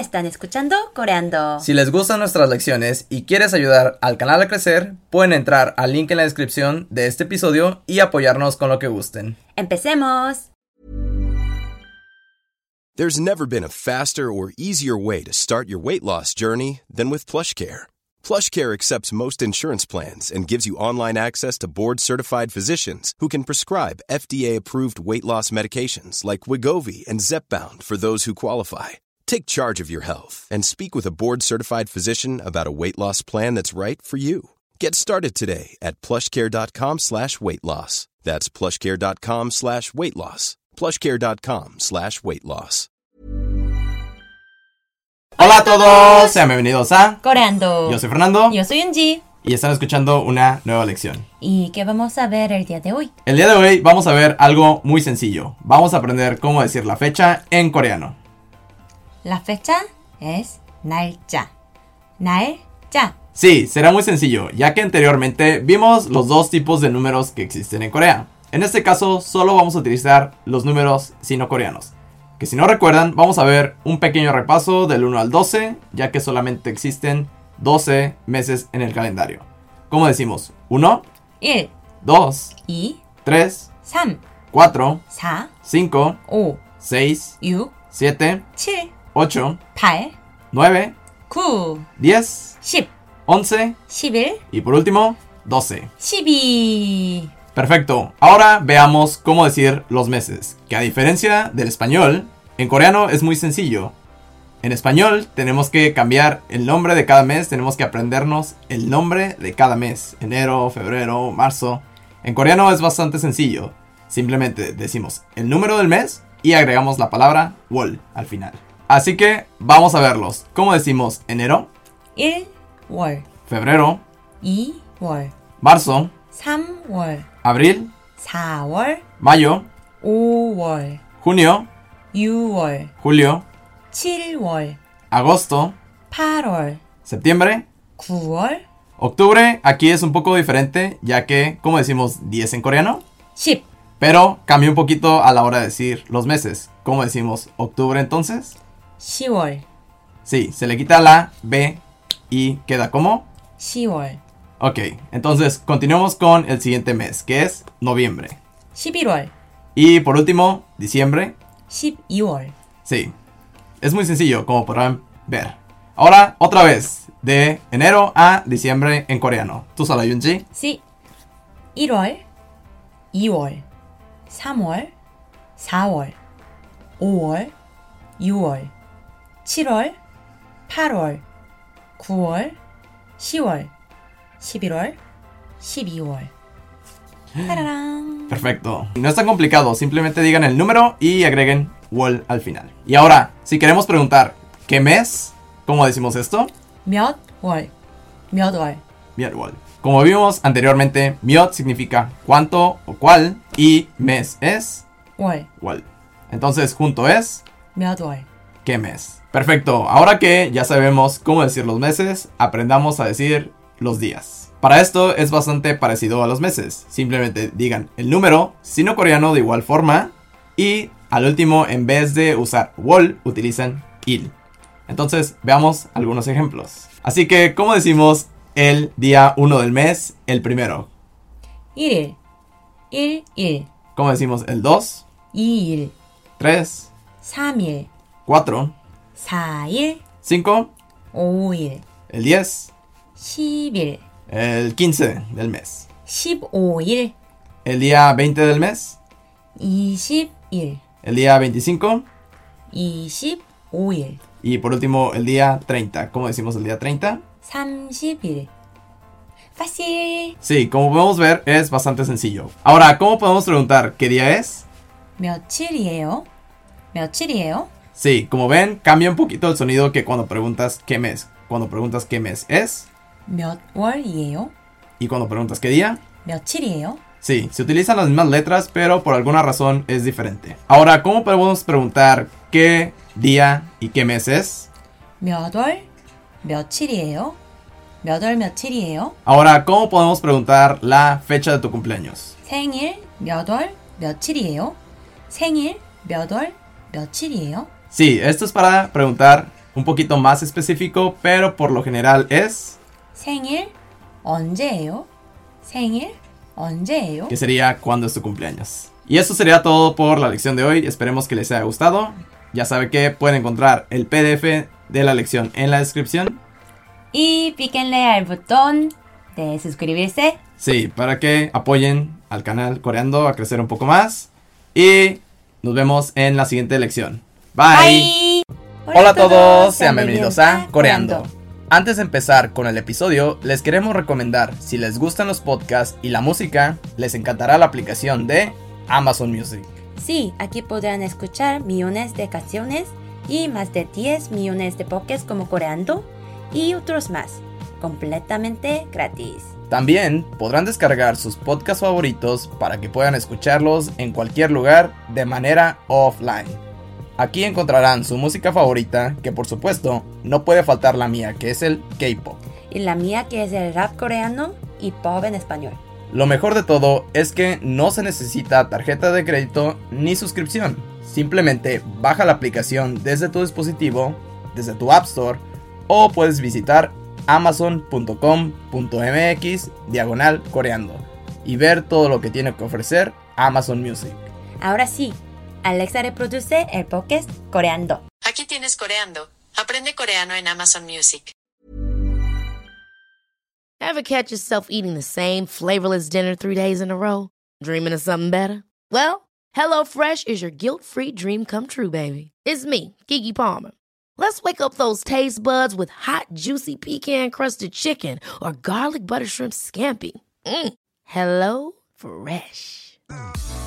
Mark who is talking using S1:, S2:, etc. S1: están escuchando Coreando.
S2: Si les gustan nuestras lecciones y quieres ayudar al canal a crecer, pueden entrar al link en la descripción de este episodio y apoyarnos con lo que gusten.
S1: ¡Empecemos!
S3: There's never been a faster or easier way to start your weight loss journey than with PlushCare. PlushCare accepts most insurance plans and gives you online access to board-certified physicians who can prescribe FDA-approved weight loss medications like Wigovi and Zepbound for those who qualify. Take charge of your health and speak with a board-certified physician about a weight loss plan that's right for you. Get started today at plushcare.com slash weight loss. That's plushcare.com slash weight loss. plushcare.com slash weight loss.
S2: Hola a todos, sean bienvenidos a...
S1: Coreando.
S2: Yo soy Fernando
S1: Yo soy Unji.
S2: y están escuchando una nueva lección.
S1: ¿Y qué vamos a ver el día de hoy?
S2: El día de hoy vamos a ver algo muy sencillo. Vamos a aprender cómo decir la fecha en coreano.
S1: La fecha es 날짜. 날짜.
S2: Sí, será muy sencillo, ya que anteriormente vimos los dos tipos de números que existen en Corea. En este caso, solo vamos a utilizar los números sino-coreanos. Que si no recuerdan, vamos a ver un pequeño repaso del 1 al 12, ya que solamente existen 12 meses en el calendario. Como decimos, 1,
S1: 1,
S2: 2,
S1: 2,
S2: 3,
S1: 3,
S2: 4,
S1: 4,
S2: 5,
S1: 5,
S2: 6,
S1: 6,
S2: 7,
S1: 7, 8,
S2: 8, 9,
S1: 9,
S2: 10,
S1: 10,
S2: 11
S1: 11,
S2: y por último, 12.
S1: 12.
S2: Perfecto, ahora veamos cómo decir los meses, que a diferencia del español, en coreano es muy sencillo. En español tenemos que cambiar el nombre de cada mes, tenemos que aprendernos el nombre de cada mes, enero, febrero, marzo. En coreano es bastante sencillo, simplemente decimos el número del mes y agregamos la palabra wol al final. Así que vamos a verlos. ¿Cómo decimos enero,
S1: 1월,
S2: febrero,
S1: 2월,
S2: marzo,
S1: 3월,
S2: abril,
S1: 4월,
S2: mayo,
S1: 5월,
S2: junio,
S1: 6월,
S2: julio,
S1: 7월,
S2: agosto,
S1: 8월,
S2: septiembre,
S1: 9월,
S2: octubre. Aquí es un poco diferente, ya que, como decimos 10 en coreano,
S1: 10.
S2: pero cambió un poquito a la hora de decir los meses. ¿Cómo decimos octubre entonces?
S1: 10월,
S2: Sí, se le quita la B y queda como.
S1: 10월,
S2: Ok, entonces continuamos con el siguiente mes, que es noviembre.
S1: 11월,
S2: Y por último, diciembre.
S1: 12월,
S2: Sí, es muy sencillo, como podrán ver. Ahora, otra vez, de enero a diciembre en coreano. ¿Tú solo, Yunji?
S1: 1월, 2월, 3월, 4월, 5월, 6월, 7월, 8월, 9월, 10월, 11월, 12월. ¡Tararán!
S2: Perfecto. No es tan complicado, simplemente digan el número y agreguen wall al final. Y ahora, si queremos preguntar, ¿qué mes? ¿Cómo decimos esto?
S1: 몇 월, 몇 월,
S2: Miot wall. Como vimos anteriormente, miot significa cuánto o cuál y mes es
S1: 월,
S2: wall. Entonces, junto es
S1: 몇 월.
S2: qué mes. Perfecto. Ahora que ya sabemos cómo decir los meses, aprendamos a decir los días. Para esto es bastante parecido a los meses. Simplemente digan el número sino coreano de igual forma y al último en vez de usar wol utilizan il. Entonces veamos algunos ejemplos. Así que ¿cómo decimos el día 1 del mes, el primero?
S1: 1일, 1일,
S2: ¿Cómo decimos el 2,
S1: 2일,
S2: 3,
S1: 3일,
S2: 4,
S1: 4일,
S2: 5,
S1: 5일,
S2: el 10,
S1: 10일,
S2: el 15 del mes?
S1: 15일,
S2: El día 20 del mes,
S1: 20일,
S2: el día 25
S1: 25일,
S2: y por último el día 30. ¿Cómo decimos el día 30?
S1: 30일. Fácil.
S2: Sí, como podemos ver es bastante sencillo. Ahora, ¿cómo podemos preguntar qué día es?
S1: 며칠이에요? 며칠이에요?
S2: Sí, como ven, cambia un poquito el sonido que cuando preguntas qué mes. Cuando preguntas qué mes es
S1: 몇 월이에요?
S2: y cuando preguntas qué día.
S1: 며칠이에요?
S2: Sí, se utilizan las mismas letras, pero por alguna razón es diferente. Ahora, ¿cómo podemos preguntar qué día y qué mes es?
S1: 몇 월? 며칠이에요? 몇 월 며칠이에요?
S2: Ahora, ¿cómo podemos preguntar la fecha de tu cumpleaños?
S1: 생일 몇 월 며칠이에요? 생일 몇 월 며칠이에요?
S2: Sí, esto es para preguntar un poquito más específico, pero por lo general es,
S1: 생일 언제예요? 생일 언제예요?
S2: que sería cuando es tu cumpleaños. Y eso sería todo por la lección de hoy, esperemos que les haya gustado. Ya sabe que pueden encontrar el PDF de la lección en la descripción.
S1: Y píquenle al botón de suscribirse.
S2: Sí, para que apoyen al canal Coreando a crecer un poco más. Y nos vemos en la siguiente lección. Bye.
S1: Bye.
S2: Hola a todos, sean bienvenidos a Coreando. Antes de empezar con el episodio, les queremos recomendar, si les gustan los podcasts y la música, les encantará la aplicación de Amazon Music.
S1: Sí, aquí podrán escuchar millones de canciones y más de 10 millones de podcasts como Coreando y otros más, completamente gratis.
S2: También podrán descargar sus podcasts favoritos para que puedan escucharlos en cualquier lugar de manera offline. Aquí encontrarán su música favorita, que por supuesto no puede faltar la mía, que es el K-Pop.
S1: Y la mía que es el rap coreano y pop en español.
S2: Lo mejor de todo es que no se necesita tarjeta de crédito ni suscripción. Simplemente baja la aplicación desde tu dispositivo, desde tu App Store o puedes visitar amazon.com.mx diagonal coreando y ver todo lo que tiene que ofrecer Amazon Music.
S1: Ahora sí, Alexa reproduce el podcast Coreando.
S4: Aquí tienes coreando. Aprende coreano en Amazon Music.
S5: Ever catch yourself eating the same flavorless dinner three days in a row? Dreaming of something better? Well, HelloFresh is your guilt free dream come true, baby. It's me, Gigi Palmer. Let's wake up those taste buds with hot, juicy pecan crusted chicken or garlic butter shrimp scampi. Mm. Hello Fresh.